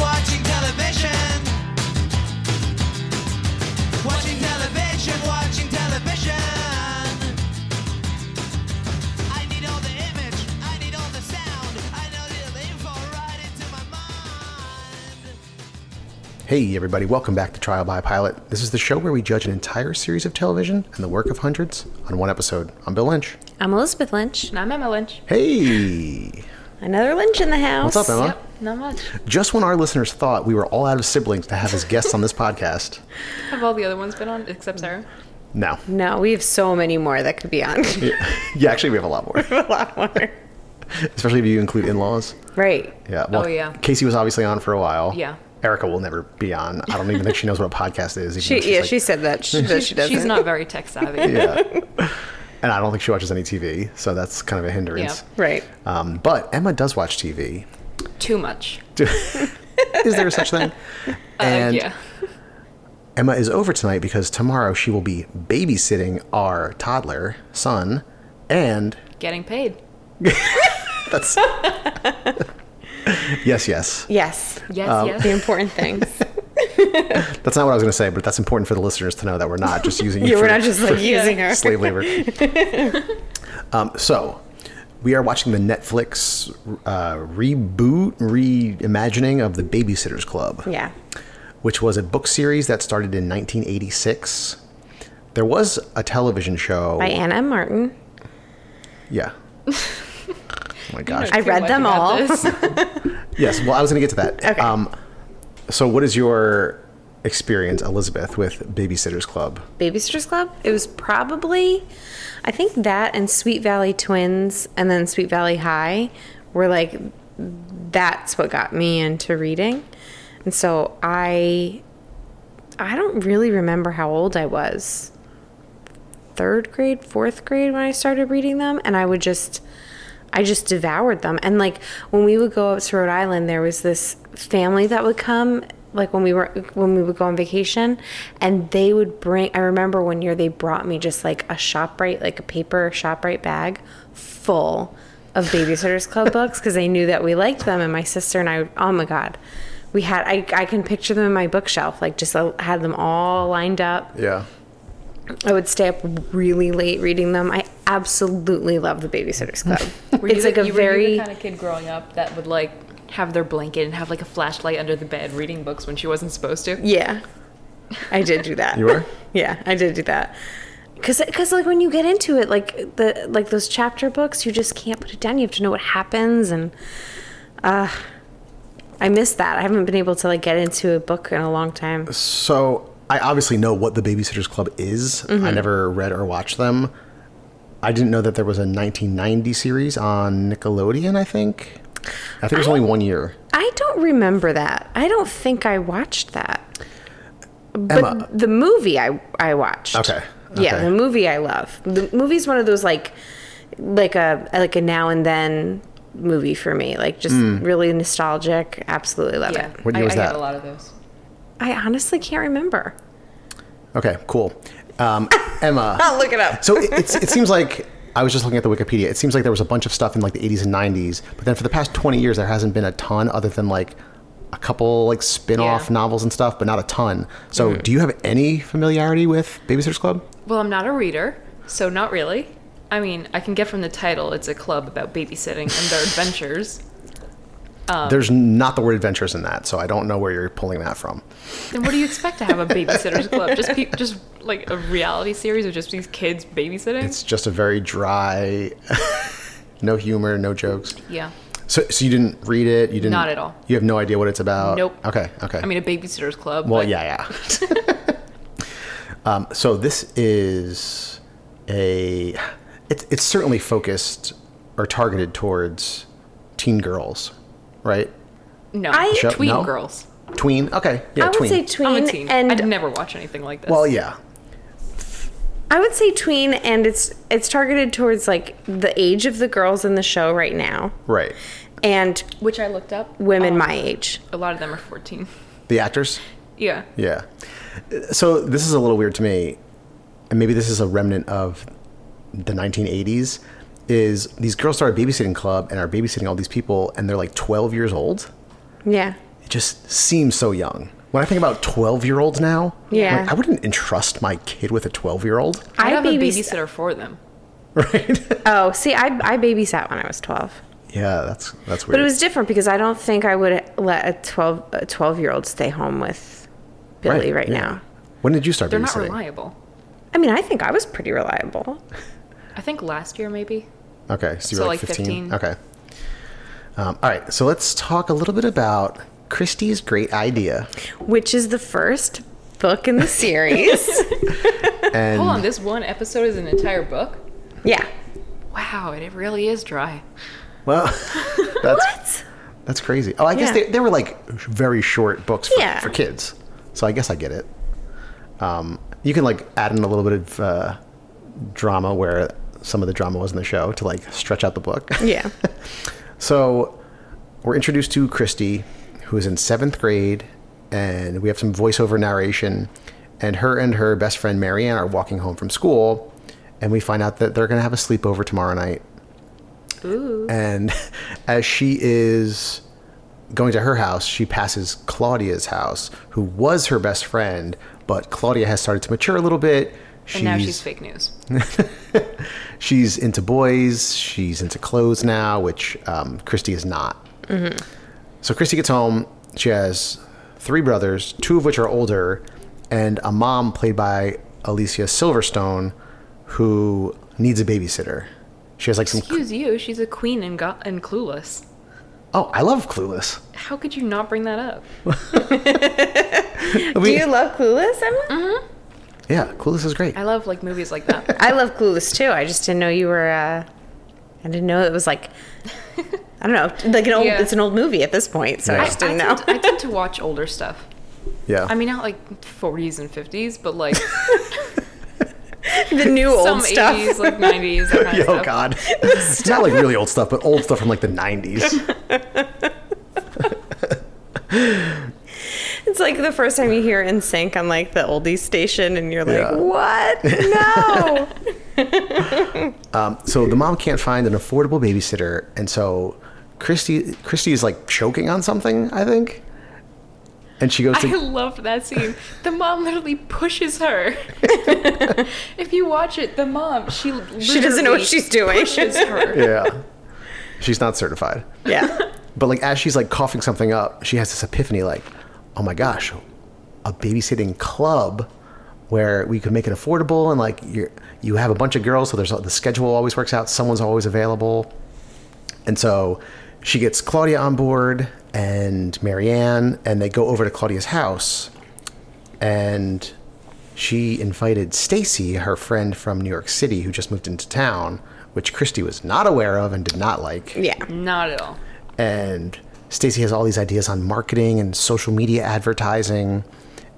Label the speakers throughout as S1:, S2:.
S1: watching television. Watching television, watching television. I need all the image, I need all the sound. I know the info right into my mind.
S2: Hey, everybody, welcome back to Trial by Pilot. This is the show where we judge an entire series of television and the work of hundreds on one episode. I'm Bill Lynch.
S3: I'm Elizabeth Lynch.
S4: I'm Emma Lynch.
S2: Hey,
S3: Another Lynch in the house.
S2: what's up, Emma?
S4: Not much.
S2: Just when our listeners thought we were all out of siblings to have as guests on this podcast,
S4: Have all the other ones been on except Sarah?
S2: no.
S3: No, we have so many more that could be on.
S2: Yeah, actually, we have a lot more,
S3: a lot more.
S2: especially if you include in laws.
S3: Right.
S2: Yeah. Well,
S4: Oh, yeah.
S2: Casey was obviously on for a while.
S4: Yeah.
S2: Erica will never be on. I don't even think she knows what a podcast is. even
S3: She,
S2: if she's
S3: yeah,
S2: like-
S3: she said that. She, that she doesn't.
S4: She's not very tech savvy.
S2: Yeah. And I don't think she watches any TV, so that's kind of a hindrance.
S3: Right.
S2: Um, but Emma does watch TV.
S4: Too much.
S2: Do- is there such thing?
S3: Uh,
S2: And
S4: yeah.
S2: Emma is over tonight because tomorrow she will be babysitting our toddler son, and
S4: Getting paid.
S2: that's yes, yes.
S3: Yes.
S4: Yes,
S2: Um,
S3: The
S4: yes.
S3: important things.
S2: That's not what I was going to say, but that's important for the listeners to know that we're not just using you
S3: yeah,
S2: for
S3: we're not just like using her.
S2: slave labor. um, so. We are watching the Netflix uh, reboot, reimagining of the Babysitters Club.
S3: Yeah.
S2: which was a book series that started in 1986. There was a television show.
S3: By Anna M. Martin.
S2: Yeah. oh my gosh.
S3: I read them all.
S2: yes. Well, I was going to get to that.
S3: Okay.
S2: Um, so, what is your experience, Elizabeth, with Babysitters Club?
S3: Babysitters Club. It was probably, I think that and Sweet Valley Twins and then Sweet Valley High were like, that's what got me into reading. And so I, I don't really remember how old I was. Third grade, fourth grade when I started reading them. And I would just, I just devoured them. And like when we would go up to Rhode Island, there was this family that would come like when we were when we would go on vacation and they would bring I remember one year they brought me just like a ShopRite like a paper ShopRite bag full of babysitters club books cuz they knew that we liked them and my sister and I oh my god we had I, I can picture them in my bookshelf like just uh, had them all lined up
S2: Yeah.
S3: I would stay up really late reading them I absolutely love the babysitters club
S4: Were
S3: it's
S4: you
S3: like
S4: the,
S3: a
S4: you-
S3: very
S4: Were you the kind of kid growing up that would like have their blanket and have like a flashlight under the bed reading books when she wasn't supposed to?
S3: Yeah, I did do that.
S2: You were?
S3: yeah, I did do that. Cause, Cause, like when you get into it, like the like those chapter books, you just can't put it down. You have to know what happens, and uh, I miss that. I haven't been able to like get into a book in a long time.
S2: So, I obviously know what the Babysitters Club is.
S3: Mm-hmm.
S2: I never read or watched them. I didn't know that there was a 1990 series on Nickelodeon, I think. I think it was only one year.
S3: I don't remember that. I don't think I watched that. But
S2: Emma.
S3: the movie I I watched.
S2: Okay,
S3: Yeah,
S2: okay.
S3: the movie I love. The movie's one of those like like a like a now and then movie for me. Like just
S2: Hmm.
S3: really nostalgic. Absolutely love
S4: Yeah.
S3: it.
S2: What year
S4: I,
S2: was
S4: I
S2: that?
S4: had a lot of those.
S3: I honestly can't remember.
S2: Okay, cool. Um, Emma.
S3: I'll look it up.
S2: So it, it's, it seems like I was just looking at the Wikipedia. It seems like there was a bunch of stuff in like the 80s and 90s, but then for the past 20 years, there hasn't been a ton other than like a couple like spin-off
S4: Yeah. Mm-hmm.
S2: novels and stuff, but not a ton. So do you have any familiarity with Babysitter's Club?
S4: Well, I'm not a reader, so not really. I mean, I can get from the title it's a club about babysitting and their adventures. Um,
S2: There's not the word adventures in that, so I don't know where you're pulling that from.
S4: Then what do you expect to have a babysitters club? Just pe- just like a reality series of just these kids babysitting?
S2: It's just a very dry, no humor, no jokes.
S4: yeah.
S2: So, so you didn't read it? You didn't?
S4: Not at all.
S2: You have no idea what it's about?
S4: Nope.
S2: Okay, okay.
S4: I mean, a babysitters club.
S2: Well,
S4: but
S2: yeah, yeah. um, so this is a. It's it's certainly focused or targeted towards teen girls, right?
S4: No,
S3: I-
S2: Show-
S4: tween
S2: no?
S4: girls.
S2: Tween. Okay. Yeah.
S3: I would
S2: tween.
S3: say tween,
S4: I'm a teen.
S3: and
S4: I'd never watch anything like this.
S2: well, yeah.
S3: I would say tween, and it's it's targeted towards like the age of the girls in the show right now,
S2: Right.
S3: and
S4: which I looked up.
S3: women
S4: um,
S3: my age.
S4: A lot of them are 14.
S2: The actors?
S4: Yeah.
S2: Yeah. So this is a little weird to me, and maybe this is a remnant of the 1980s. Is these girls start a babysitting club and are babysitting all these people, and they're like 12 years old?
S3: Yeah.
S2: It just seems so young. When I think about 12 year olds now,
S3: Yeah.
S2: like, I wouldn't entrust my kid with a 12 year old,
S3: I
S4: I have a
S3: babys-
S4: babysitter for them.
S2: right?
S3: Oh, see, I, I babysat when I was 12.
S2: yeah, that's that's weird.
S3: But it was different because I don't think I would let a 12 a 12 year old stay home with Billy right,
S2: yeah.
S3: now.
S2: When did you start
S4: They're not
S2: babysitting?
S4: reliable.
S3: I mean, I think I was pretty reliable.
S4: I think last year maybe.
S2: Okay, so you
S4: So,
S2: were like
S4: like,
S2: 15.
S4: 15.
S2: Okay. Um, all right, so let's talk a little bit about Christie's great idea.
S3: Which is the first book in the series.
S2: And
S4: Hold on, this one episode is an entire book?
S3: yeah.
S4: Wow, it really is dry.
S2: well, that's that's crazy. Oh, I guess
S3: Yeah.
S2: they, they were like very short books for,
S3: Yeah.
S2: for kids. So I guess I get it. Um, you can like add in a little bit of uh, drama where some of the drama was in the show to like stretch out the book.
S3: Yeah.
S2: So we're introduced to Christy, who is in seventh grade, and we have some voiceover narration. And her and her best friend Marianne are walking home from school, and we find out that they're going to have a sleepover tomorrow night. Ooh. And as she is going to her house, she passes Claudia's house, who was her best friend, but Claudia has started to mature a little bit.
S4: And now she's fake news.
S2: She's into boys. She's into clothes now, which um, Christy is not.
S4: Mm-hmm.
S2: So Christy gets home. She has three brothers, two of which are older, and a mom played by Alicia Silverstone, who needs a babysitter. She has like some.
S4: Excuse you, she's a queen and go- and clueless.
S2: Oh, I love Clueless.
S4: How could you not bring that up?
S3: Do you love Clueless, Emma?
S4: Mm-hmm.
S2: Yeah, Clueless is great.
S4: I love like movies like that.
S3: I love Clueless too. I just didn't know you were uh I didn't know it was like I don't know, like an old
S4: Yeah.
S3: it's an old movie at this point, so
S2: Yeah.
S3: I
S4: I,
S3: just
S4: I
S3: didn't know.
S4: tend, I tend to watch older stuff.
S2: Yeah.
S4: I mean, not like 40s and 50s, but like
S3: the new
S4: some
S3: old stuff.
S4: 80s, like 90s, that kind of
S2: oh
S4: stuff.
S2: God, it's not like really old stuff, but old stuff from like the '90s.
S3: It's like the first time you hear In Sync on like the oldies station, and you're like,
S2: Yeah.
S3: "What? No!"
S2: So the mom can't find an affordable babysitter, and so Christy Christy is like choking on something, I think. And she goes
S4: I
S2: to
S4: love that scene. The mom literally pushes her. if you watch it, the mom she
S3: she doesn't know what
S4: literally
S3: she's doing.
S4: pushes her.
S2: yeah. She's not certified,
S3: yeah,
S2: but like as she's like coughing something up, she has this epiphany like, oh my gosh, a babysitting club where we could make it affordable and like you you have a bunch of girls, so there's the schedule always works out. Someone's always available. And so she gets Claudia on board and Marianne, and they go over to Claudia's house. And she invited Stacy, her friend from New York City, who just moved into town, which Christy was not aware of and did not like.
S3: yeah.
S4: Not at all.
S2: And Stacy has all these ideas on marketing and social media advertising.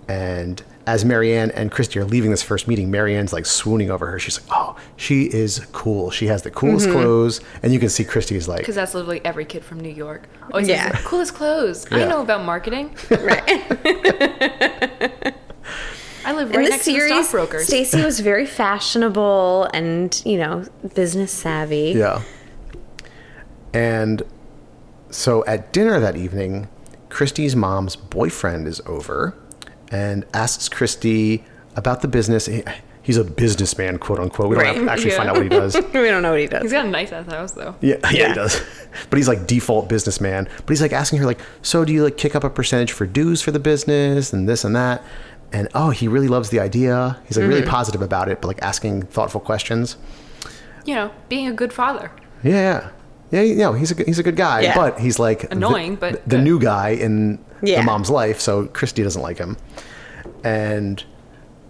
S2: And as Marianne and Christy are leaving this first meeting, Marianne's like swooning over her. She's like, "Oh, she is cool. She has the coolest clothes." And you can see Christy's like,
S4: Because that's literally every kid from New York. Always
S3: Yeah.
S4: yeah. coolest clothes. I
S2: Yeah.
S4: know about marketing.
S3: Right.
S4: I live
S3: In
S4: right
S3: the
S4: next to the
S3: series,
S4: stockbrokers.
S3: Stacy was very fashionable and you know business savvy.
S2: Yeah. And so at dinner that evening, Christy's mom's boyfriend is over and asks Christy about the business. He- He's a businessman, quote unquote. We don't
S3: Right.
S2: have to actually
S4: Yeah.
S2: find out what he does.
S3: We don't know what he
S4: He's
S3: does.
S4: got a nice ass house though.
S2: Yeah, yeah, he
S3: Yeah.
S2: does. But he's like default businessman. But he's like asking her like, so do you like kick up a percentage for dues for the business and this and that? And oh, he really loves the idea. He's like
S3: Mm-hmm.
S2: really positive about it, but like asking thoughtful questions.
S4: You know, being a good father.
S2: Yeah, yeah, yeah. You know, he's a good- he's a good guy,
S3: Yeah.
S2: but he's like the-
S4: Annoying, but-
S2: the new guy in
S3: Yeah.
S2: the mom's life. So Christy doesn't like him, and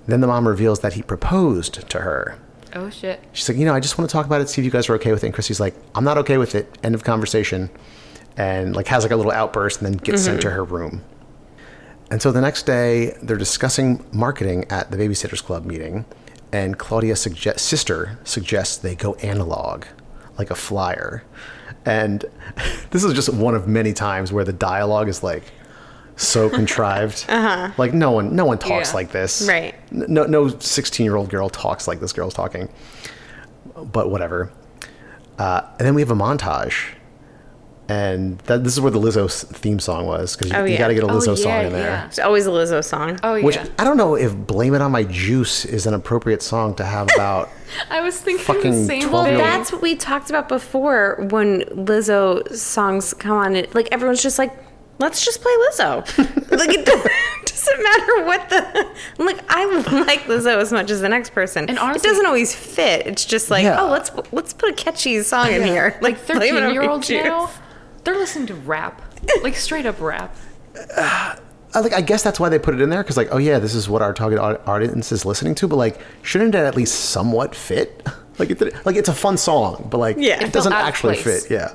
S2: then the mom reveals that he proposed to her.
S4: Oh shit.
S2: She's like, you know, I just want to talk about it, see if you guys are okay with it. And Christy's like, I'm not okay with it. End of conversation, and like has like a little outburst, and then gets sent to her room. And so the next day, they're discussing marketing at the Babysitters Club meeting, and Claudia's sugge- sister suggests they go analog, like a flyer. And this is just one of many times where the dialogue is like, so contrived. uh-huh. Like no one, no one talks
S4: Yeah.
S2: like this.
S3: Right.
S2: N- No, no sixteen-year-old girl talks like this girl's talking. But whatever. Uh, and then we have a montage, and that, this is where the Lizzo s- theme song was because you,
S3: Oh, yeah.
S2: got to get a
S4: Oh,
S2: Lizzo
S4: yeah,
S2: song in there.
S4: yeah.
S3: It's always a Lizzo song.
S4: Oh yeah.
S2: Which I don't know if "Blame It on My Juice" is an appropriate song to have about.
S4: I was thinking
S2: Fucking
S4: the same
S2: 12
S4: thing.
S2: year old.
S3: That's what we talked about before when Lizzo songs come on. It, like everyone's just like, let's just play Lizzo. like it doesn't matter what the. I'm like I like Lizzo as much as the next person.
S4: And
S3: it
S4: honestly-
S3: doesn't always fit. It's just like,
S2: Yeah.
S3: oh, let's let's put a catchy song in here.
S4: Like
S3: blame it on
S4: 13 year olds
S3: you.
S4: now, they're listening to rap, like straight up rap.
S2: I, like I guess that's why they put it in there because like oh yeah this is what our target au- audience is listening to but like shouldn't it at least somewhat fit like it did- like it's a fun song but like
S3: Yeah. It
S2: it,
S3: felt
S2: doesn't
S4: out of
S2: actually
S4: place.
S2: fit yeah.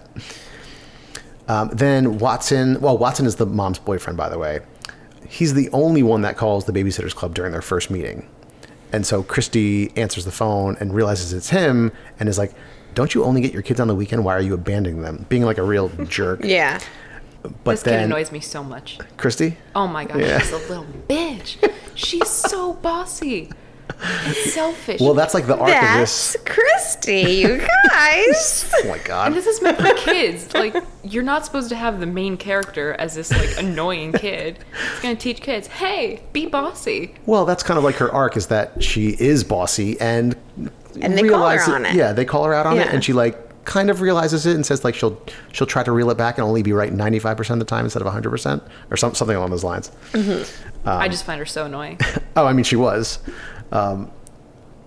S2: Um, then Watson well Watson is the mom's boyfriend by the way he's the only one that calls the babysitters club during their first meeting and so Christy answers the phone and realizes it's him and is like don't you only get your kids on the weekend why are you abandoning them being like a real jerk
S3: Yeah.
S2: but
S4: This kid
S2: then
S4: annoys me so much.
S2: Christy
S4: Oh my gosh,
S2: Yeah.
S4: she's a little bitch. She's so bossy. It's selfish.
S2: well that's like the arc of this
S3: That's Christy, you guys.
S2: Oh my god.
S4: this is meant for kids. Like you're not supposed to have the main character as this like annoying kid. It's gonna teach kids, hey, be bossy.
S2: Well, that's kind of like her arc is that she is bossy and
S3: And they call her on it.
S2: Yeah, they call her out on it
S3: Yeah.
S2: and she like kind of realizes it and says like she'll she'll try to reel it back and only be right 95% of the time instead of 100% or some, something along those lines. Um.
S4: I just find her so annoying.
S2: Oh, I mean she was. Um,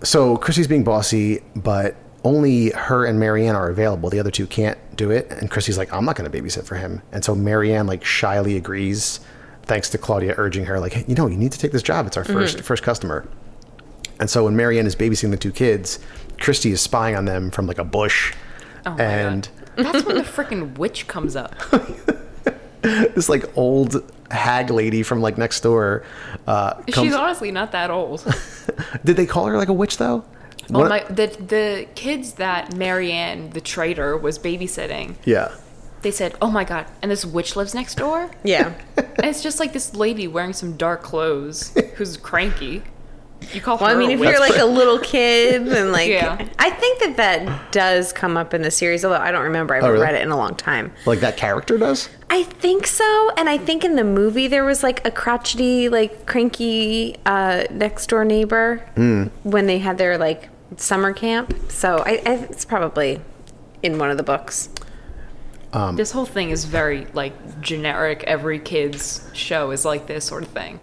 S2: so Chrissy's being bossy, but only her and Marianne are available. The other two can't do it and Chrissy's like I'm not going to babysit for him. And so Marianne like shyly agrees thanks to Claudia urging her like hey, you know, you need to take this job. It's our
S4: Mm-hmm.
S2: 1st first customer. And so when Marianne is babysitting the two kids, Christy is spying on them from like a bush.
S4: Oh my God.
S2: and
S4: That's when the freaking witch comes up.
S2: this like old hag lady from like next door uh, comes.
S4: She's honestly not that old.
S2: Did they call her like a witch though?
S4: Well,
S2: What-
S4: my, the the kids that Marianne, the traitor, was babysitting,
S2: yeah.
S4: they said, "Oh my god!" And this witch lives next door.
S3: Yeah.
S4: And it's just like this lady wearing some dark clothes who's cranky. You call
S3: Well,
S4: her
S3: I mean,
S4: a
S3: if
S4: witch?
S3: you're like a little kid, then like,
S4: Yeah.
S3: I think that that does come up in the series, although I don't remember. I haven't
S2: Oh, really?
S3: read it in a long time.
S2: Like that character does?
S3: I think so. And I think in the movie, there was like a crotchety, like cranky uh, next door neighbor
S2: Hmm.
S3: when they had their like summer camp. So I, I, it's probably in one of the books.
S4: This whole thing is very like generic. Every kid's show is like this sort of thing.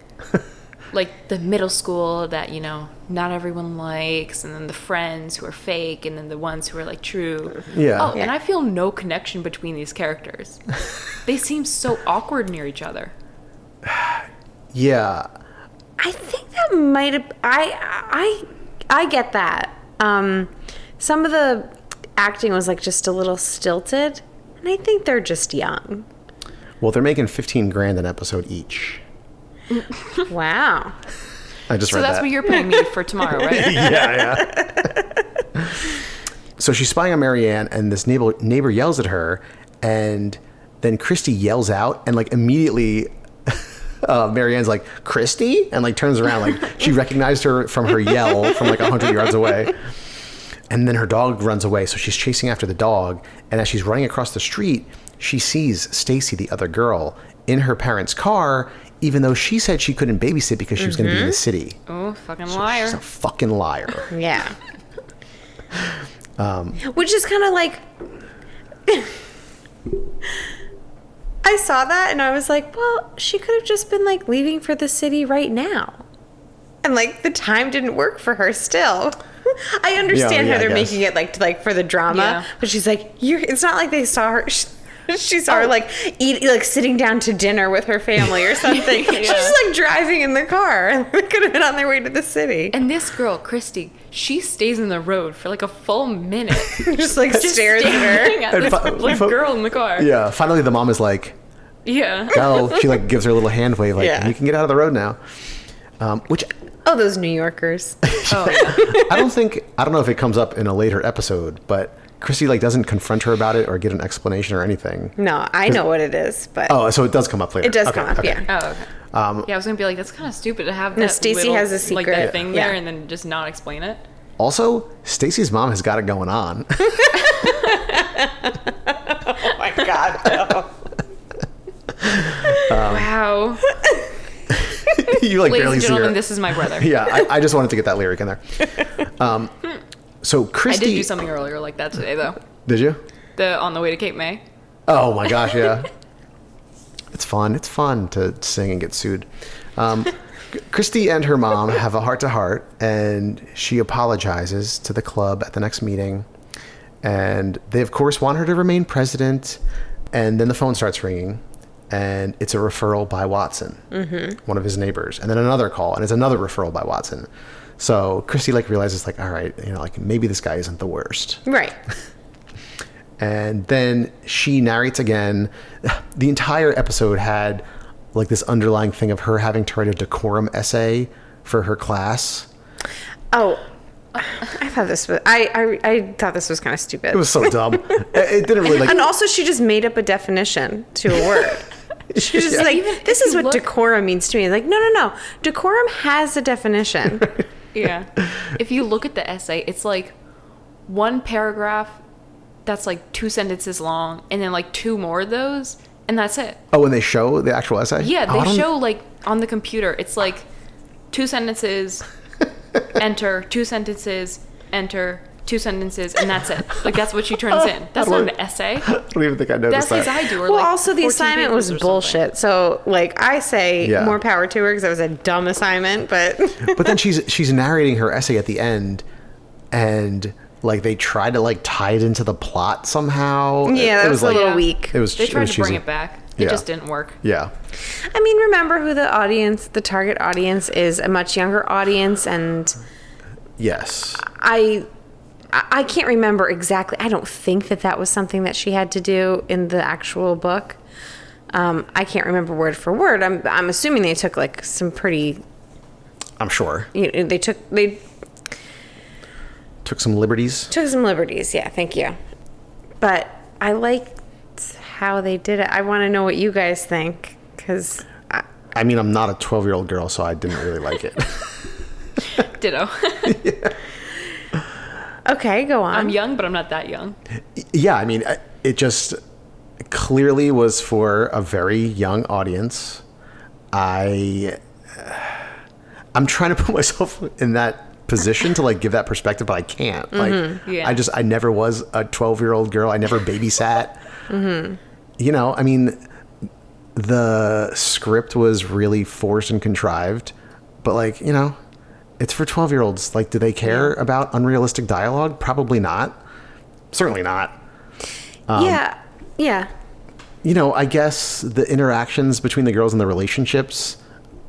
S4: like the middle school that you know not everyone likes, and then the friends who are fake, and then the ones who are like true.
S2: Yeah.
S4: Oh, and
S3: Yeah.
S4: I feel no connection between these characters. they seem so awkward near each other.
S2: Yeah.
S3: I think that might have. I I I get that. Um, some of the acting was like just a little stilted, and I think they're just young.
S2: Well, they're making 15 grand an episode each.
S3: Wow.
S2: I just
S4: So
S2: read
S4: that's
S2: that.
S4: what you're paying me for tomorrow, right?
S2: yeah, yeah. so she's spying on Marianne, and this neighbor neighbor yells at her, and then Christy yells out, and like immediately, uh, Marianne's like Christy, and like turns around, like she recognized her from her yell from like hundred yards away. And then her dog runs away, so she's chasing after the dog. And as she's running across the street, she sees Stacy, the other girl, in her parents' car, even though she said she couldn't babysit because she was going to be in the city.
S4: Oh, fucking liar.
S2: She's a fucking liar.
S3: Yeah.
S2: Um,
S3: Which is kind of like. I saw that and I was like, well, she could have just been like leaving for the city right now. And like the time didn't work for her still. I understand
S2: yeah, I
S3: how they're
S2: guess.
S3: making it like to, like for the drama,
S4: Yeah.
S3: but she's like, you're, it's not like they saw her. She, she saw her like eat, like sitting down to dinner with her family or something. She's just like driving in the car. They could have been on their way to the city.
S4: And this girl, Christy, she stays in the road for like a full minute.
S3: just like stares at her.
S4: staring at this
S2: fi-
S4: like
S2: fi-
S4: girl in the car.
S2: Yeah. Finally, the mom is like,
S4: Yeah.
S2: "Belle," she like gives her a little hand wave, like,
S3: Yeah.
S2: "You can get out of the road now." Um, which
S3: Oh, those New Yorkers.
S4: Oh, yeah.
S2: I don't think I don't know if it comes up in a later episode, but Christy like doesn't confront her about it or get an explanation or anything.
S3: No, I know what it is, but
S2: Oh, so it does come up later.
S3: it does
S2: Okay, Um,
S3: come up.
S2: okay.
S3: Yeah.
S4: Oh, okay. yeah, I was gonna be like, that's kind of stupid to have. That
S3: Stacey
S4: little,
S3: has a
S4: like
S3: secret.
S4: that thing there,
S3: Yeah.
S4: and then just not explain it.
S2: Also, Stacy's mom has got it going on.
S3: Oh
S4: wow,
S2: you like barely
S4: ladies and
S2: see her.
S4: gentlemen, this is my brother.
S2: yeah, I, I just wanted to get that lyric in there. Um, so
S4: I
S2: Christy,
S4: did do something earlier like that today though.
S2: Did you?
S4: The on the way to Cape May.
S2: Oh my gosh, yeah. it's fun. It's fun to sing and get sued. Um, Christy and her mom have a heart to heart, and she apologizes to the club at the next meeting. And they, of course, want her to remain president. And then the phone starts ringing, and it's a referral by Watson, one of his neighbors. And then another call, and it's another referral by Watson. So Christy like realizes like, all right, you know, like maybe this guy isn't the worst.
S3: Right.
S2: And then she narrates again. The entire episode had like this underlying thing of her having to write a decorum essay for her class.
S3: Oh, I thought this was I I, I thought this was kind of stupid.
S2: It was so dumb. it, it didn't really
S3: and
S2: like.
S3: also, she just made up a definition to a word. She was just
S2: Yeah.
S3: like, "This
S4: if
S3: is
S4: you
S3: what
S4: look-
S3: decorum means to me." Like, no, no, no. Decorum has a definition.
S4: Yeah. if you look at the essay, it's like one paragraph that's like two sentences long, and then like two more of those, and that's it.
S2: Oh, when they show the actual essay.
S4: Yeah,
S2: Oh, I
S4: they
S2: don't-
S4: show like on the computer. It's like two sentences, enter, two sentences, enter, two sentences, and that's it. Like that's what she turns in. That's not an essay.
S2: I don't even think I
S4: The
S2: noticed
S4: essays
S2: that.
S4: I do are
S3: well,
S4: like
S3: also the
S4: 14
S3: assignment was
S4: pages or something.
S3: bullshit. So, like, I say
S2: Yeah.
S3: more power to her because it was a dumb assignment. But
S2: but then she's she's narrating her essay at the end, and like they try to like tie it into the plot somehow. It-
S3: yeah,
S2: it,
S3: that
S2: was
S3: was, a
S2: like,
S3: little
S4: Yeah.
S3: weak.
S2: It was.
S4: They
S2: it
S4: tried
S2: was
S4: to bring
S2: cheesy.
S4: it back. It
S2: Yeah.
S4: just didn't work.
S2: Yeah.
S3: I mean, remember who the audience, the target audience, is a much younger audience, and
S2: Yes.
S3: I. I I can't remember exactly. I don't think that that was something that she had to do in the actual book. Um, I can't remember word for word. I'm, I'm assuming they took like some pretty.
S2: I'm sure.
S3: You know, they took they
S2: Took some liberties.
S3: took some liberties. Yeah, thank you. But I liked how they did it. I want to know what you guys think uh, because
S2: I mean, I'm not a 12 year old girl, so I didn't really like it.
S4: Ditto.
S3: okay, go on.
S4: I'm young, but I'm not that young.
S2: yeah, I mean, I- it just clearly was for a very young audience. I I'm trying to put myself in that position to like give that perspective, but I can't. Like,
S4: yeah.
S2: I just I never was a 12 year old girl. I never babysat. You know, I mean, the script was really forced and contrived, but like you know, it's for 12 year olds. Like, do they care about unrealistic dialogue? Probably not. Certainly not.
S3: yeah, yeah.
S2: you know, I guess the interactions between the girls and the relationships,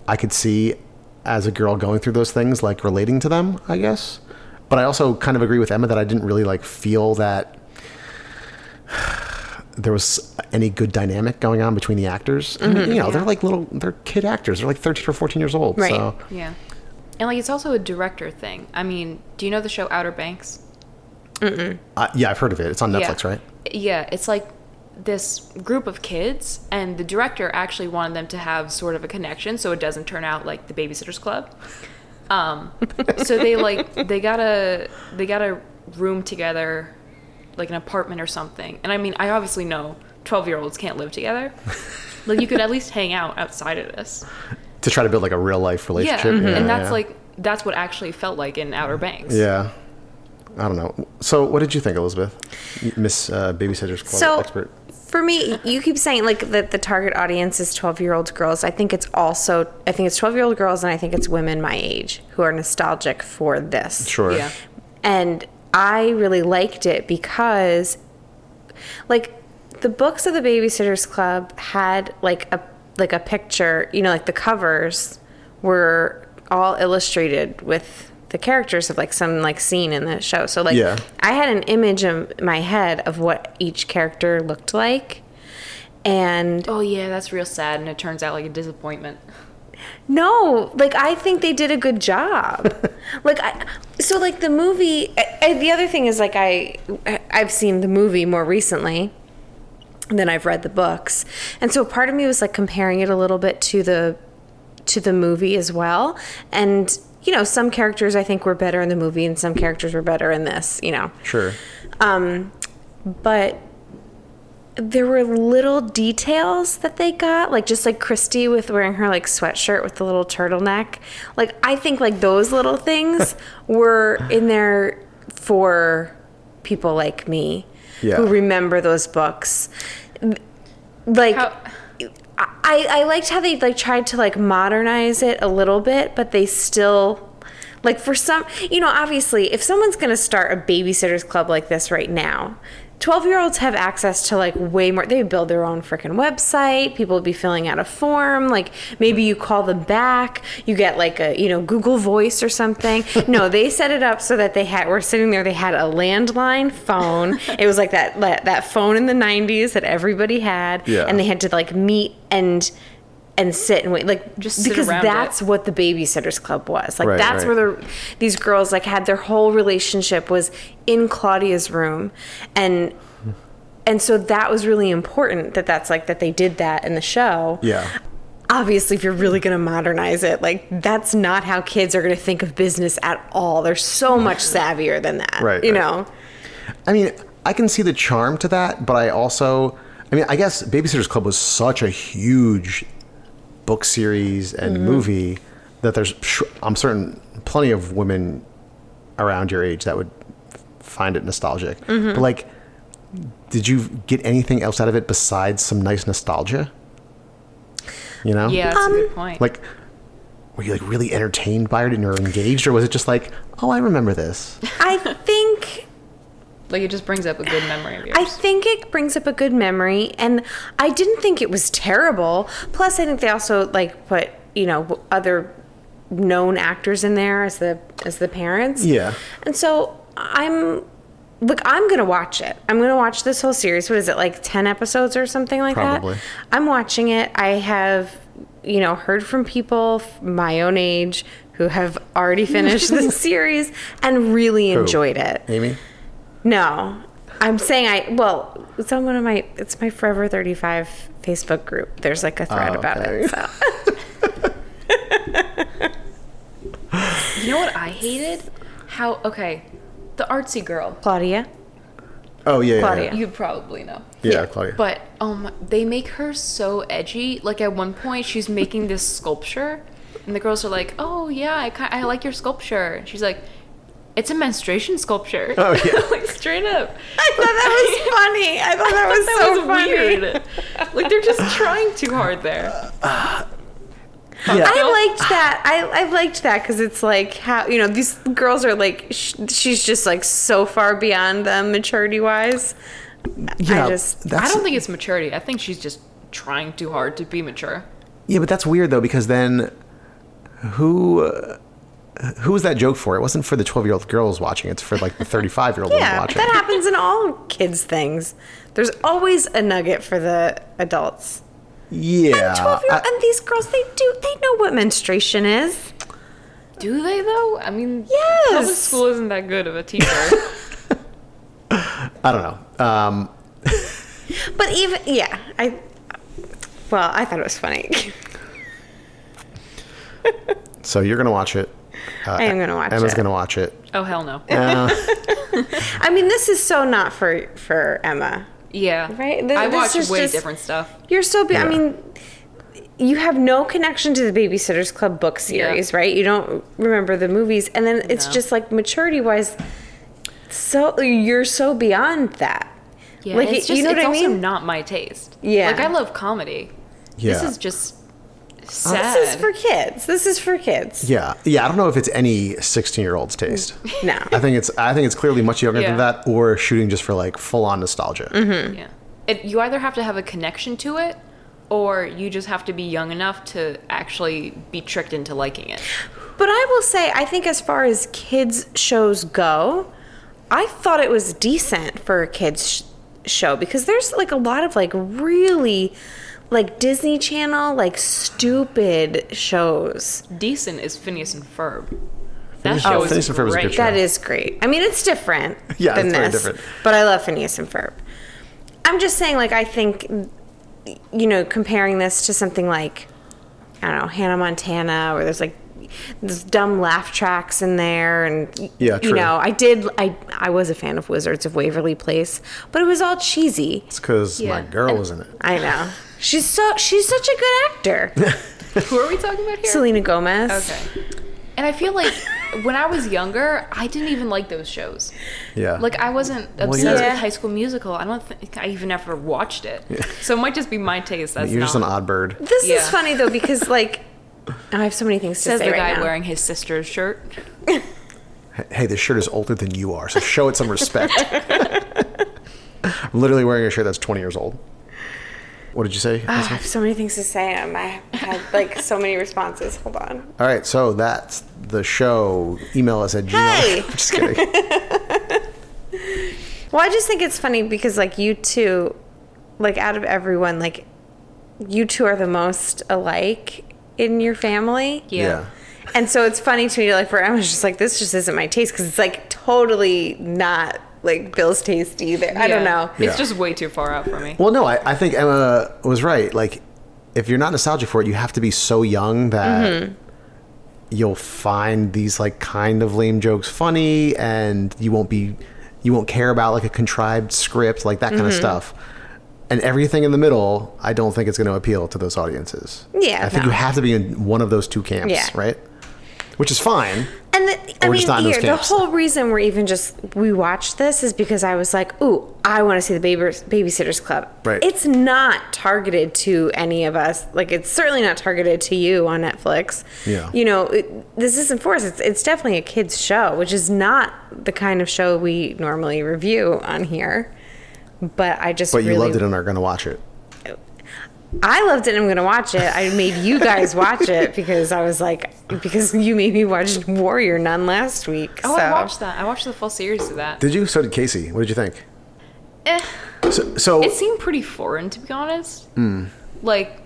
S2: I could see as a girl going through those things, like relating to them, I guess. But I also kind of agree with Emma that I didn't really like feel that there was any good dynamic going on between the actors. I
S4: Mm-hmm.
S2: mean, you know, they're like little, they're kid actors. They're like 13 or 14 years old.
S3: Right.
S2: So
S4: Yeah. And like it's also a director thing. I mean, do you know the show Outer Banks?
S2: I, yeah, I've heard of it. It's on Netflix,
S4: yeah.
S2: right?
S4: Yeah, it's like this group of kids, and the director actually wanted them to have sort of a connection, so it doesn't turn out like the Babysitters Club. Um, so they like they got a they got a room together, like an apartment or something. And I mean, I obviously know twelve year olds can't live together. like you could at least hang out outside of this.
S2: To try to build like a real life
S4: Yeah, Mm-hmm.
S2: relationship.
S4: and that's
S2: yeah.
S4: like that's what actually felt like in Outer Banks.
S2: Yeah. I don't know. So, what did you think, Elizabeth? Miss uh, Babysitter's Club
S3: So-
S2: expert.
S3: For me, you keep saying like that the target audience is 12 year old girls. I think it's also, I think it's 12 year old girls and I think it's women my age who are nostalgic for this.
S2: Sure.
S4: Yeah.
S3: And I really liked it because, like, the books of the Babysitters Club had like a like a picture, you know, like the covers were all illustrated with the characters of like some like scene in the show. So like
S2: Yeah.
S3: I had an image in my head of what each character looked like. And
S4: Oh yeah, that's real sad, and it turns out like a disappointment.
S3: No, like I think they did a good job. like I, so like the movie I, I- the other thing is like I eh, I've seen the movie more recently than I've read the books. And so part of me was like comparing it a little bit to the to the movie as well. And you know, some characters I think were better in the movie and some characters were better in this, you know
S2: Sure.
S3: um, but there were little details that they got like just like christy with wearing her like sweatshirt with the little turtleneck like i think like those little things were in there for people like me
S2: Yeah.
S3: who remember those books like
S4: How-
S3: I, I liked how they like tried to like modernize it a little bit, but they still like for some you know, obviously if someone's gonna start a babysitters club like this right now, twelve year olds have access to like way more they build their own freaking website, people would be filling out a form, like maybe you call them back, you get like a you know, Google voice or something. no, they set it up so that they had were sitting there, they had a landline phone. it was like that that, that phone in the nineties that everybody had
S2: Yeah.
S3: and they had to like meet and and sit and wait like
S4: Just
S3: just
S4: sit
S3: because
S4: around
S3: that's
S4: it.
S3: what the babysitters club was like
S2: Right,
S3: that's
S2: right.
S3: where the, these girls like had their whole relationship was in claudia's room and and so that was really important that that's like that they did that in the show
S2: Yeah.
S3: obviously if you're really going to modernize it like that's not how kids are going to think of business at all they're so much savvier than that
S2: Right,
S3: you
S2: right.
S3: know
S2: I mean, I can see the charm to that, but I also, I mean, I guess Babysitter's Club was such a huge book series
S4: Mm-hmm.
S2: and movie that there's, I'm certain, plenty of women around your age that would find it nostalgic.
S4: Mm-hmm.
S2: But like, did you get anything else out of it besides some nice nostalgia? You know?
S4: Yeah, that's
S2: Um,
S4: a good point.
S2: Like, were you like really entertained by it and you were engaged, or was it just like, oh, I remember this?
S3: i think
S4: like it just brings up a good memory of yours.
S3: I think it brings up a good memory, and I didn't think it was terrible. Plus, I think they also like put you know other known actors in there as the as the parents.
S2: Yeah.
S3: And so I'm look, I'm gonna watch it. I'm gonna watch this whole series. What is it like, ten episodes or something like
S2: Probably.
S3: that? I'm watching it. I have you know heard from people f- my own age who have already finished the series and really enjoyed it.
S2: Amy?
S3: No, I'm saying I. Well, it's on one of my. It's my Forever 35 Facebook group. There's like a thread
S2: Oh,
S3: about
S2: okay.
S3: it. So.
S4: you know what I hated? How okay, the artsy girl.
S3: Claudia.
S2: Oh, yeah, yeah, yeah.
S3: Claudia.
S4: You'd probably know.
S2: Yeah, Claudia.
S4: But um, they make her so edgy. Like at one point, she's making this sculpture, and the girls are like, "Oh yeah, I ki- I like your sculpture." And she's like, "It's a menstruation sculpture."
S2: Oh, yeah.
S4: like straight up.
S3: I thought that was funny. I thought that was
S4: That
S3: so
S4: was
S3: funny.
S4: weird. Like they're just trying too hard there.
S3: I liked that. I, I liked that because it's like how you know these girls are like sh- she's just like so far beyond them maturity wise. I just
S4: I don't think it's maturity. I think she's just trying too hard to be mature.
S2: Yeah, but that's weird though because then who uh, who was that joke for? It wasn't for the 12-year-old girls watching. It's for like the 35-year-old
S3: yeah, but
S2: watching.
S3: that happens in all kids things. There's always a nugget for the adults.
S2: yeah.
S3: Twelve year old
S2: I-
S3: and these girls they do they know what menstruation is.
S4: Do they though? I mean, public
S3: Yes.
S4: school isn't that good of a teacher.
S2: I, don't know. Um,
S3: But even yeah, I well, I thought it was funny.
S2: so you're going to watch it. Uh,
S3: I am gonna watch
S2: Emma's
S3: it.
S2: going to watch it.
S4: oh hell no.
S2: Uh,
S3: I mean, this is so not for for Emma.
S4: Yeah.
S3: Right? Th-
S4: I
S3: this
S4: watch
S3: is
S4: way
S3: just-
S4: different stuff.
S3: You're so be-
S2: Yeah.
S3: I mean, you have no connection to the Babysitters Club book series, right? You don't remember the movies, and then it's
S4: No.
S3: just like maturity wise, so you're so beyond that.
S4: Yeah,
S3: like
S4: it's
S3: it-
S4: just,
S3: you know
S4: it's
S3: what I
S4: also
S3: mean?
S4: not my taste.
S3: Yeah. Oh,
S4: like I love comedy.
S2: yeah.
S4: This is just sad.
S3: This is for kids. This is for kids.
S2: yeah. Yeah, I don't know if it's any 16-year-old's taste.
S3: No.
S2: I think it's I think it's clearly much younger
S4: Yeah. Mm-hmm.
S2: than that or shooting just for like full-on nostalgia.
S4: yeah, it, you either have to have a connection to it, or you just have to be young enough to actually be tricked into liking it.
S3: But I will say, I think as far as kids shows go, I thought it was decent for a kids sh- show because there's like a lot of like really like Disney Channel, like stupid shows.
S4: Decent is Phineas and Ferb.
S2: Phineas-
S4: show
S2: oh,
S4: is
S2: Phineas and Ferb is a good
S4: great.
S2: show.
S3: That is great. I mean, it's different
S2: Yeah,
S3: than
S2: it's very
S3: this,
S2: different.
S3: but I love Phineas and Ferb. I'm just saying, like, I think, you know, comparing this to something like, I don't know, Hannah Montana, where there's like this dumb laugh tracks in there, and
S2: Yeah,
S3: you
S2: true.
S3: know, I did, I, I was a fan of Wizards of Waverly Place, but it was all cheesy.
S2: It's because my
S4: Yeah.
S2: girl was in it.
S3: I know. She's so she's such a good actor,
S4: Who are we talking about here?
S3: Selena Gomez.
S4: Okay. And I feel like when I was younger, I didn't even like those shows.
S2: Yeah.
S4: Like I wasn't obsessed
S2: you're-
S3: Yeah.
S4: with High School Musical. I don't think I even ever watched it. So it might just be my taste. That's
S2: You're just an
S4: not-
S2: odd bird.
S3: This
S4: Yeah.
S3: is funny though because like I have so many things to
S4: Says
S3: say
S4: the
S3: right
S4: guy
S3: now.
S4: wearing his sister's shirt.
S2: Hey, this shirt is older than you are, so show it some respect. I'm literally wearing a shirt that's 20 years old. What did you say?
S4: Ah,
S3: I have so many things to say. Um, I had like so many responses. Hold on.
S2: All right, so that's the show. Email us at gmail.
S3: Hey!
S2: I'm just kidding.
S3: Well, I just think it's funny because like you two, like out of everyone, like you two are the most alike in your family.
S2: Yeah.
S3: And so it's funny to me, like where I was just like, this just isn't my taste because it's like totally not like Bill's taste either. I don't
S4: Yeah.
S3: know.
S2: Yeah.
S4: It's just way too far out for me.
S2: Well, no, I, I think Emma was right. Like, if you're not nostalgic for it, you have to be so young that
S3: Mm-hmm.
S2: you'll find these like kind of lame jokes funny, and you won't be, you won't care about like a contrived script, like that kind
S3: Mm-hmm.
S2: of stuff. And everything in the middle, I don't think it's going to appeal to those audiences.
S3: Yeah,
S2: I think
S3: no.
S2: you have to be in one of those two camps,
S3: Yeah.
S2: right? Which is fine.
S3: And the, I
S2: Or
S3: mean,
S2: just not in those
S3: here, the
S2: camps.
S3: whole reason we're even just we watched this is because I was like, "Ooh, I want to see the Babers, Babysitters Club."
S2: Right.
S3: It's not targeted to any of us. Like, it's certainly not targeted to you on Netflix.
S2: Yeah.
S3: You know, it, this isn't for us. It's it's definitely a kids show, which is not the kind of show we normally review on here. But I just
S2: But you
S3: really-
S2: loved it and are going to watch it.
S3: I loved it. and I'm gonna watch it. I made you guys watch it because I was like, because you made me watch Warrior Nun last week.
S4: Oh,
S3: so.
S4: I watched that. I watched the full series of that.
S2: Did you? So did Casey. What did you think?
S4: Eh,
S2: So, so
S4: it seemed pretty foreign to be honest.
S2: Hmm.
S4: Like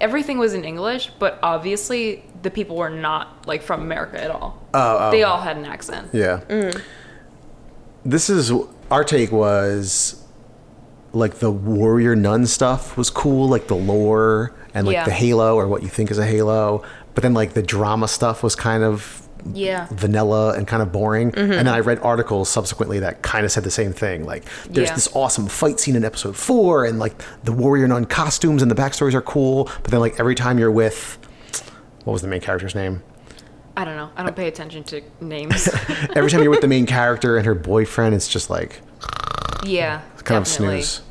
S4: everything was in English, but obviously the people were not like from America at all.
S2: oh.
S4: They all had an accent.
S2: Yeah.
S4: Mm.
S2: This is our take was like the warrior nun stuff was cool, like the lore and like
S4: Yeah.
S2: the halo or what you think is a halo, but then like the drama stuff was kind of
S4: Yeah. Mm-hmm.
S2: vanilla and kind of boring. And then I read articles subsequently that kind of said the same thing. Like, there's
S4: Yeah.
S2: this awesome fight scene in episode four, and like the warrior nun costumes and the backstories are cool. But then, like, every time you're with what was the main character's name?
S4: I don't know. I don't pay attention to names.
S2: Every time you're with the main character and her boyfriend, it's just like
S4: yeah.
S2: kind
S4: definitely.
S2: of snooze.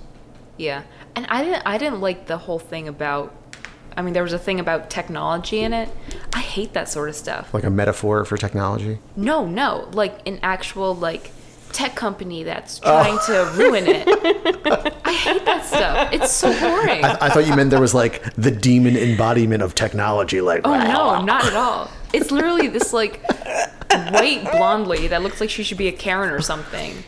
S4: Yeah. And I didn't I didn't like the whole thing about I mean there was a thing about technology in it. I hate that sort of stuff.
S2: like a metaphor for technology.
S4: No, no. Like an actual like tech company that's trying to ruin it. I hate that stuff. It's so boring.
S2: I thought you meant there was like the demon embodiment of technology, like
S4: Oh no, not at all. It's literally this like white blonde lady that looks like she should be a Karen or something,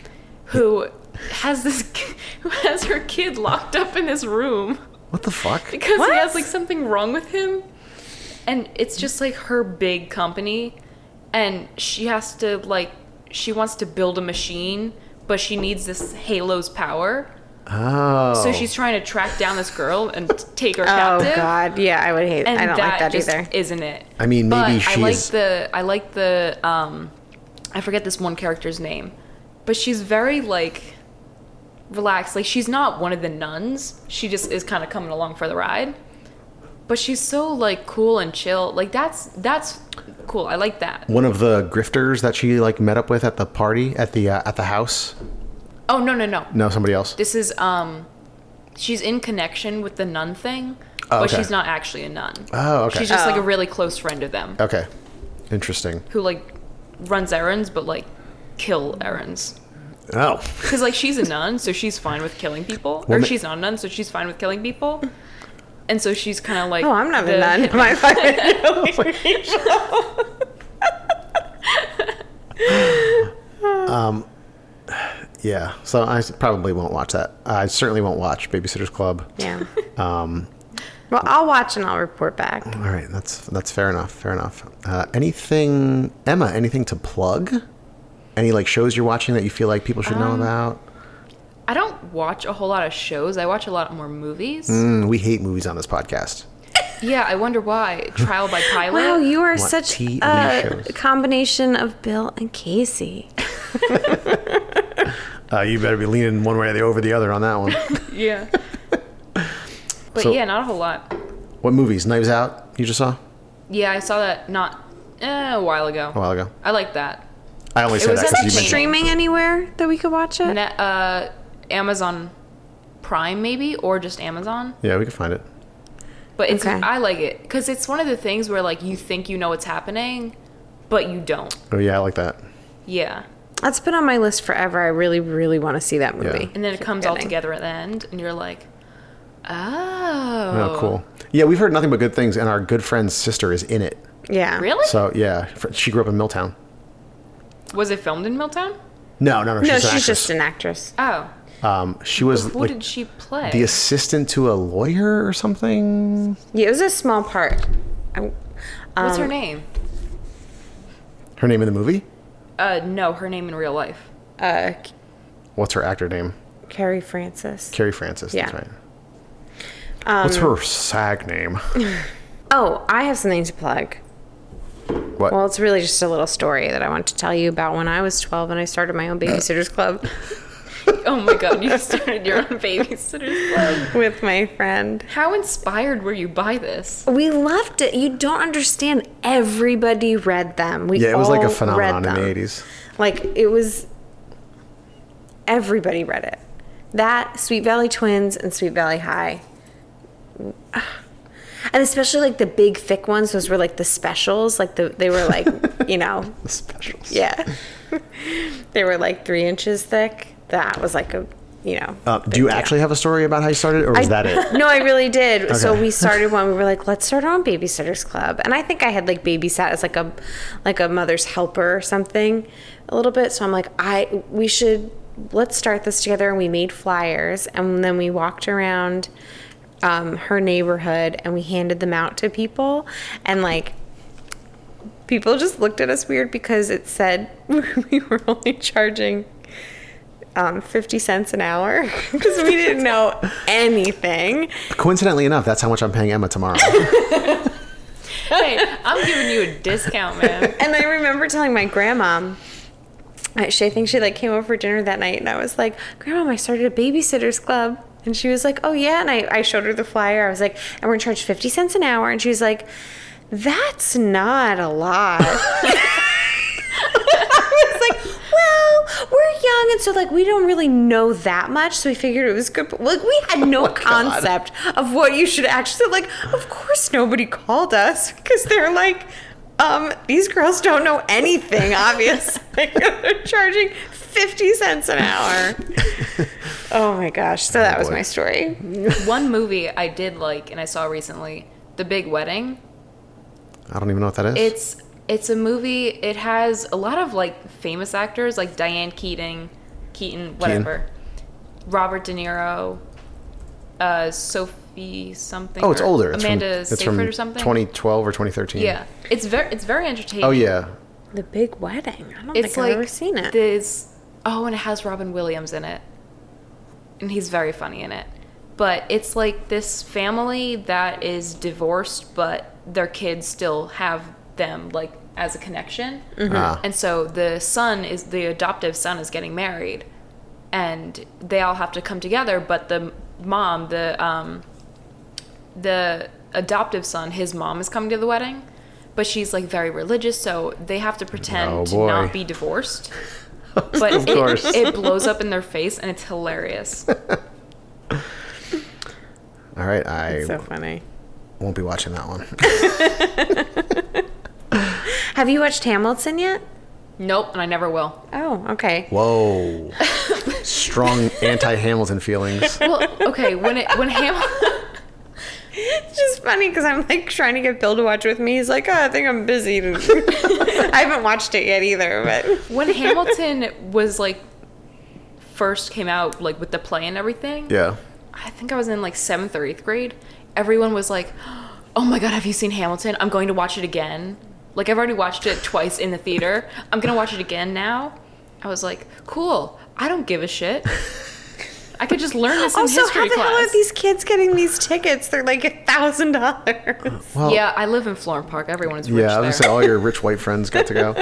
S4: who has this who has her kid locked up in this room
S2: what the fuck?
S4: because he has like something wrong with him, and it's just like her big company, and she has to like she wants to build a machine, but she needs this Halo's power,
S2: Oh,
S4: so she's trying to track down this girl and take her
S3: Oh
S4: captive.
S3: God, yeah, I would hate.
S4: and
S3: I don't
S4: that
S3: like that
S4: just
S3: either.
S4: isn't it.
S2: I mean, maybe
S4: but I like
S2: she's-
S4: the I like the um, I forget this one character's name, but she's very like relaxed. Like she's not one of the nuns. She just is kind of coming along for the ride. But she's so like cool and chill. Like that's that's cool. I like that.
S2: one of the grifters that she like met up with at the party at the uh, at the house.
S4: Oh no no no.
S2: No, somebody else.
S4: This is um, she's in connection with the nun thing,
S2: Oh,
S4: but
S2: okay.
S4: she's not actually a nun.
S2: Oh, okay.
S4: She's just like
S3: Oh.
S4: a really close friend of them.
S2: okay, interesting.
S4: who like runs errands but like kill errands
S2: Oh,
S4: because like she's a nun so she's fine with killing people or
S2: Woman-
S4: she's not a nun so she's fine with killing people and so she's kind of like
S3: oh, I'm not a
S4: the-
S3: nun. My fucking.
S2: Yeah, so I s- probably won't watch that. I certainly won't watch Babysitters Club.
S3: Yeah.
S2: Um, Mm-hmm.
S3: Well, I'll watch and I'll report back.
S2: all right, that's that's fair enough. Fair enough. Uh, anything, Emma? Anything to plug? Any like shows you're watching that you feel like people should know
S4: Um,
S2: about?
S4: I don't watch a whole lot of shows. I watch a lot more movies.
S3: Hmm.
S2: Mm, we hate movies on this podcast.
S4: Yeah, I wonder why. Trial by Pilot.
S3: Wow, you are
S2: What
S3: such
S2: TV
S3: a
S2: shows?
S3: combination of Bill and Casey.
S2: Uh, you better be leaning one way or the over the other on that one.
S4: Yeah. but
S2: So-
S4: yeah, not a whole lot.
S2: what movies? Knives Out. You just saw
S4: Yeah, I saw that not eh, a while ago.
S2: a while ago.
S4: I like that.
S2: I only said
S4: was
S2: that because
S4: at the
S2: you mentioned.
S4: stream-
S3: Streaming anywhere that we could watch it?
S4: Ne- uh, Amazon Prime maybe or just Amazon,
S2: Yeah, we can find it.
S4: but it's
S3: Okay.
S4: I like it because it's one of the things where like you think you know what's happening, but you don't.
S2: Oh yeah, I like that.
S4: Yeah,
S3: That's been on my list forever. I really, really want to see that movie.
S4: and then it
S3: Keep
S4: comes all
S3: forgetting.
S4: together at the end, and you're like,
S2: Oh,
S4: oh,
S2: cool. Yeah, we've heard nothing but good things, and our good friend's sister is in it.
S3: Yeah.
S4: Really?
S2: So yeah, fr- she grew up in Milltown.
S4: was it filmed in Milltown?
S2: No, no, no. She's
S3: No,
S2: an
S3: she's
S2: actress.
S3: just an actress.
S4: Oh,
S2: Um, she was
S4: who
S2: like
S4: did she play?
S2: the assistant to a lawyer or something.
S3: Yeah, it was a small part. I-
S4: What's her
S3: um,
S4: name?
S2: Her name in the movie?
S4: Uh, no, her name in real life.
S3: Uh,
S2: What's her actor name?
S3: Carrie Francis.
S2: Carrie Francis. That's
S3: Yeah.
S2: right. What's her SAG name?
S3: Oh, I have something to plug.
S2: What?
S3: Well, it's really just a little story that I want to tell you about when I was 12 and I started my own babysitters club
S4: Oh my god, you started your own babysitter's club.
S3: with my friend.
S4: How inspired were you by this?
S3: We loved it. You don't understand. Everybody read them. We
S2: yeah, it was like a
S3: all
S2: phenomenon
S3: read
S2: in the
S3: them.
S2: eighties.
S3: Like it was. Everybody read it. That Sweet Valley Twins and Sweet Valley High, and especially like the big thick ones. Those were like the specials. Like the they were like you know
S2: The specials.
S3: yeah, they were like three inches thick. That was like a you know.
S2: Uh, do you actually have a story about how you started, or was that it?
S3: No, I really did. So
S2: Okay.
S3: we started one. We were like, let's start our own babysitters club, and I think I had like babysat as like a like a mother's helper or something, a little bit. So I'm like, I we should let's start this together, and we made flyers, and then we walked around um, her neighborhood, and we handed them out to people, and like. People just looked at us weird because it said we were only charging um, 50 cents an hour because we didn't know anything.
S2: Coincidentally enough, that's how much I'm paying Emma tomorrow.
S4: Hey, I'm giving you a discount, man.
S3: And I remember telling my grandma, I she- I think she like came over for dinner that night, and I was like, "Grandma, I started a babysitters club." And she was like, "Oh yeah," and I, I showed her the flyer. I was like, "And we're in charge fifty cents an hour," and she was like, "That's not a lot." I was like, "Well, we're young, and so like we don't really know that much, so we figured it was good." But, like we had no concept of what you should actually like. Of course, nobody called us because they're like, um, "These girls don't know anything." Obviously, they're charging fifty cents an hour. Oh my gosh! So that was
S2: boy.
S3: my story.
S4: One movie I did like and I saw recently, The Big Wedding.
S2: I don't even know what that is.
S4: It's it's a movie. It has a lot of like famous actors like Diane Keating, Keaton, whatever. Robert De Niro, uh, Sophie something.
S2: oh, it's
S4: or
S2: older. It's
S4: Amanda
S2: from, it's
S4: Seyfried
S2: from
S4: or something.
S2: 2012 or 2013.
S4: Yeah, it's very it's very entertaining.
S2: Oh yeah.
S3: The big wedding. I don't
S4: it's
S3: think
S4: like
S3: I've ever seen it.
S4: This oh, and it has Robin Williams in it, and he's very funny in it. But it's like this family that is divorced, but their kids still have them like as a connection.
S3: Mm-hmm.
S2: Ah.
S4: And so the son is the adoptive son is getting married, and they all have to come together. But the mom, the um, the adoptive son, his mom is coming to the wedding, but she's like very religious, so they have to pretend
S2: Oh,
S4: to
S2: boy.
S4: not be divorced. But
S2: Of
S4: it,
S2: course.
S4: it blows up in their face, and it's hilarious.
S2: All right, I
S3: so funny.
S2: won't be watching that one.
S3: Have you watched Hamilton yet?
S4: Nope, and I never will.
S3: Oh, okay.
S2: Whoa. Strong anti-Hamilton feelings.
S4: Well, okay, when it when Ham.
S3: It's just funny because I'm like trying to get Bill to watch with me. He's like, oh, I think I'm busy. I haven't watched it yet either, but
S4: when Hamilton was like first came out, like with the play and everything,
S2: Yeah.
S4: I think I was in like seventh or eighth grade. Everyone was like, "Oh my god, have you seen Hamilton? I'm going to watch it again." Like I've already watched it twice in the theater. I'm gonna watch it again now. I was like, "Cool. I don't give a shit. I could just learn this in
S3: Also, how
S4: history
S3: the hell are
S4: class."
S3: these kids getting these tickets? They're like a thousand dollars.
S2: Well,
S4: yeah, I live in Florham Park. Everyone is rich
S2: yeah, I
S4: there.
S2: was gonna say all your rich white friends got to go.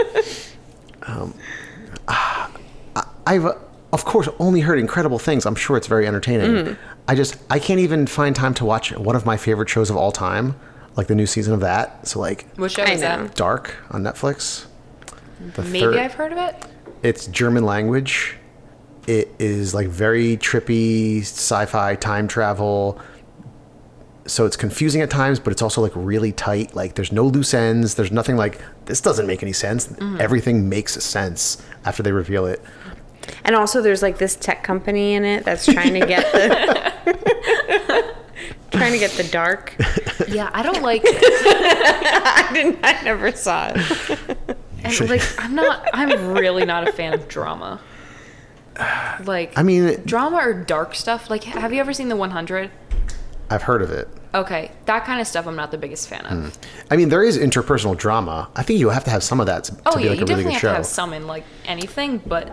S2: Um, ah, I- I've uh, of course only heard incredible things. I'm sure it's very entertaining.
S4: Mm-hmm.
S2: I just I can't even find time to watch one of my favorite shows of all time, like the new season of that. So like
S4: what show
S3: I
S4: is
S3: know.
S4: that?
S2: Dark on Netflix. The
S4: Maybe
S2: third-
S4: I've heard of it.
S2: It's German language. It is like very trippy sci-fi time travel. So it's confusing at times, but it's also like really tight. Like there's no loose ends. There's nothing like this doesn't make any sense.
S4: Mm-hmm.
S2: Everything makes sense after they reveal it.
S3: And also, there's like this tech company in it that's trying to get the trying to get the dark.
S4: Yeah, I don't like
S3: I didn't. I never saw it.
S4: and like I'm not I'm really not a fan of drama. Like
S2: I mean,
S4: drama or dark stuff. Like have you ever seen The 100?
S2: I've heard of it.
S4: Okay, that kind of stuff I'm not the biggest fan of.
S2: I mean, there is interpersonal drama. I think you have to have some of that to, to
S4: Oh
S2: be
S4: yeah,
S2: like a really
S4: you definitely
S2: good
S4: have
S2: show.
S4: to have some in like anything, but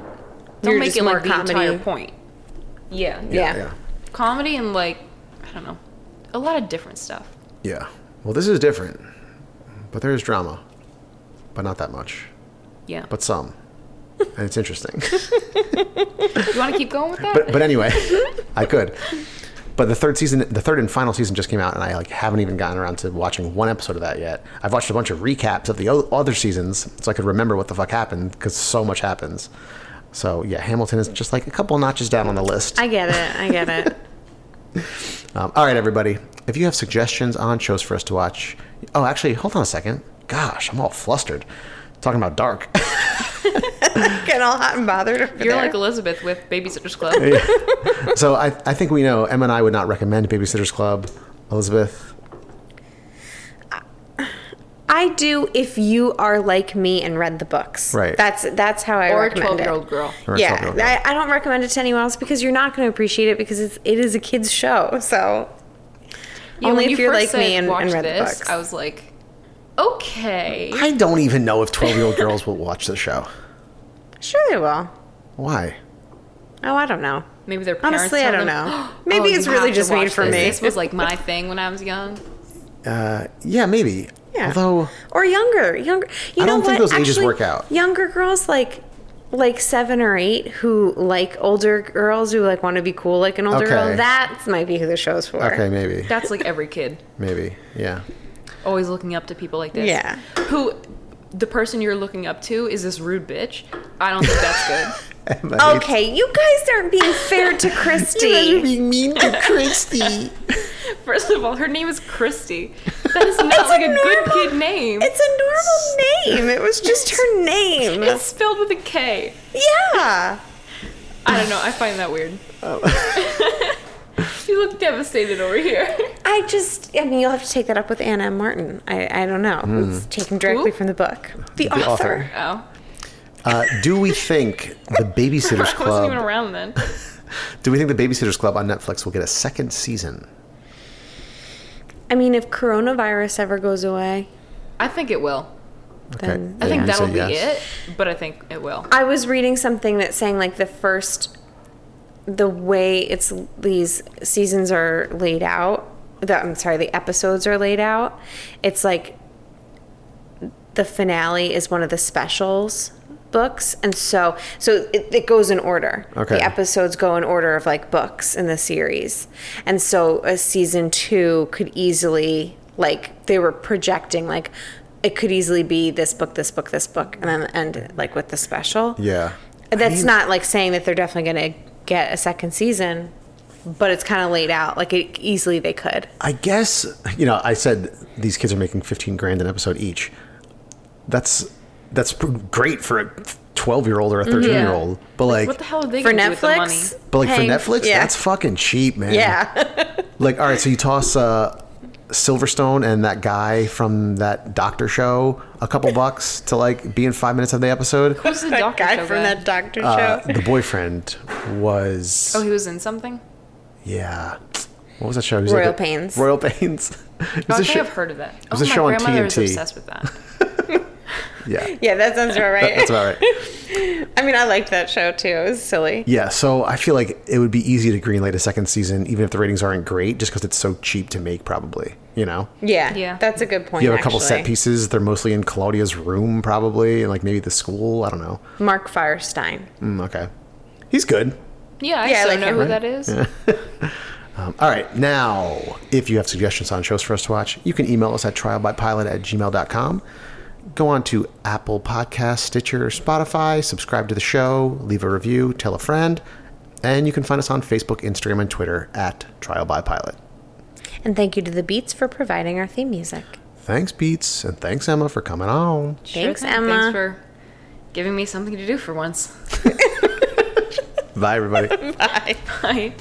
S4: don't
S3: You're
S4: make
S3: just
S4: it
S3: more
S4: like the entire
S3: comedy.
S4: point. Yeah,
S3: Yeah.
S2: yeah.
S4: comedy and like I don't know, a lot of different stuff.
S2: Yeah. Well, this is different, but there is drama, but not that much,
S4: Yeah,
S2: but some, and it's interesting.
S4: you want to keep going with that?
S2: but but anyway, I could. But the third season, the third and final season just came out, and I like haven't even gotten around to watching one episode of that yet. I've watched a bunch of recaps of the o- other seasons, so I could remember what the fuck happened because so much happens. So yeah, Hamilton is just like a couple notches down on the list.
S3: I get it. I get it.
S2: Um, all right, everybody, if you have suggestions on shows for us to watch, oh, actually, hold on a second. Gosh, I'm all flustered talking about Dark.
S3: Getting all hot and bothered. Over
S4: You're
S3: there.
S4: like Elizabeth with Babysitters Club.
S2: so I, I think we know Em and I would not recommend Babysitters Club. Elizabeth,
S3: I do if you are like me and read the books.
S2: Right.
S3: That's that's how I
S4: or a
S3: recommend
S4: 12 year
S3: it.
S4: old girl.
S2: Or a 12-year-old girl.
S3: Yeah, I, I don't recommend it to anyone else because you're not going to appreciate it because it's, it is a kids show. So
S4: Yeah,
S3: only
S4: when
S3: if
S4: you
S3: you're
S4: first
S3: like me
S4: said
S3: and, and
S4: watch
S3: read
S4: this,
S3: the books.
S4: I was like, okay.
S2: I don't even know if 12 year old girls will watch the show.
S3: sure they will.
S2: Why?
S3: Oh, I don't know.
S4: Maybe their parents.
S3: Honestly, I
S4: tell
S3: don't
S4: them,
S3: know.
S4: "Oh,
S3: Maybe
S4: you
S3: it's really
S4: have to
S3: just made
S4: watch
S3: for
S4: this.
S3: me.
S4: This was like my thing when I was young.
S2: Yeah, maybe.
S3: Yeah.
S2: Although,
S3: or younger, younger. You
S2: I
S3: know
S2: don't think
S3: what?
S2: those ages
S3: Actually,
S2: work out.
S3: Younger girls like like seven or eight who like older girls who like want to be cool like an older
S2: Okay.
S3: girl. That might be who the show's for.
S2: okay, maybe.
S4: That's like every kid
S2: Maybe. Yeah.
S4: always looking up to people like this.
S3: Yeah.
S4: Who, the person you're looking up to is this rude bitch. I don't think that's good.
S3: Okay, you guys aren't being fair to Christy.
S2: being mean to Christy.
S4: First of all, her name is Christy. That is not like a good
S3: normal-
S4: kid name. It's,
S3: It's a normal name. It was just her name.
S4: spelled with a K.
S3: Yeah.
S4: I don't know. I find that weird.
S3: Oh.
S4: you look devastated over here.
S3: I just, I mean, you'll have to take that up with Anna and Martin. I, I don't know. It's taken directly from the book. Hmm. The, author.
S2: author.
S4: Oh,
S2: Uh, do we think the Babysitters
S4: I wasn't even
S2: Club?
S4: around then.
S2: Do we think the Babysitters Club on Netflix will get a second season?
S3: I mean, if coronavirus ever goes away,
S4: I think it will.
S3: then.
S4: I think
S2: You say
S4: that'll be
S2: yes.
S4: it, but I think it will.
S3: I was reading something that's saying like the first, the way it's these seasons are laid out. The, I'm sorry, the episodes are laid out. It's like the finale is one of the specials books, and so so it, it goes in order.
S2: Okay.
S3: The episodes go in order of like books in the series, and so a season two could easily like they were projecting like. It could easily be this book, this book, this book, and then end like with the special.
S2: Yeah.
S3: That's not like saying that they're definitely going to get a second season, but it's kind of laid out. Like it, easily they could.
S2: I guess you know. I said these kids are making fifteen grand an episode each. That's that's pr- great for a twelve year old or a thirteen year old. But like,
S4: Mm-hmm. What the hell are they
S3: For
S4: going to do with the money?
S3: Netflix?
S2: but like
S3: Paying-
S2: for Netflix,
S3: yeah.
S2: that's fucking cheap, man.
S3: Yeah.
S2: Like, all right, so you toss uh, Silverstone and that guy from that doctor show a couple bucks to like be in five minutes of the episode.
S4: Who's the
S3: That
S4: doctor
S3: guy
S4: show
S3: from
S4: guy?
S3: that doctor
S2: Uh,
S3: show.
S2: the boyfriend was
S4: Oh, he was in something.
S2: yeah. What was that show? He was
S3: Royal
S2: a-
S3: Pains.
S2: Royal Pains. it was
S4: Oh, I
S2: a
S4: think
S2: show-
S4: I've heard of that.
S2: was
S4: oh,
S2: a
S4: my
S2: show on
S4: grandmother was
S2: TNT.
S4: obsessed with that.
S2: Yeah,
S3: Yeah, that sounds about right.
S2: that's about right.
S3: I mean, I liked that show too. It was silly.
S2: Yeah, so I feel like it would be easy to greenlight a second season, even if the ratings aren't great, just because it's so cheap to make. Probably, you know,
S3: Yeah,
S4: Yeah.
S3: that's a good point.
S2: you have a couple set
S3: actually.
S2: pieces. They're mostly in Claudia's room, probably, and like maybe the school. I don't know.
S3: Mark Firestein.
S2: Mm, okay, he's good.
S4: Yeah, I
S3: Yeah, I
S4: still
S3: like
S4: know
S3: him.
S4: who that is.
S2: All right, now, if you have suggestions on shows for us to watch, you can email us at trialbypilot at gmail.com. Go on to Apple Podcasts, Stitcher, Spotify, subscribe to the show, leave a review, tell a friend, and you can find us on Facebook, Instagram, and Twitter at Trial by Pilot.
S3: And thank you to the Beats for providing our theme music.
S2: Thanks, Beats, and thanks, Emma, for coming on.
S3: Thanks,
S4: thing.
S3: Emma.
S4: Thanks for giving me something to do for once.
S2: Bye, everybody.
S4: Bye.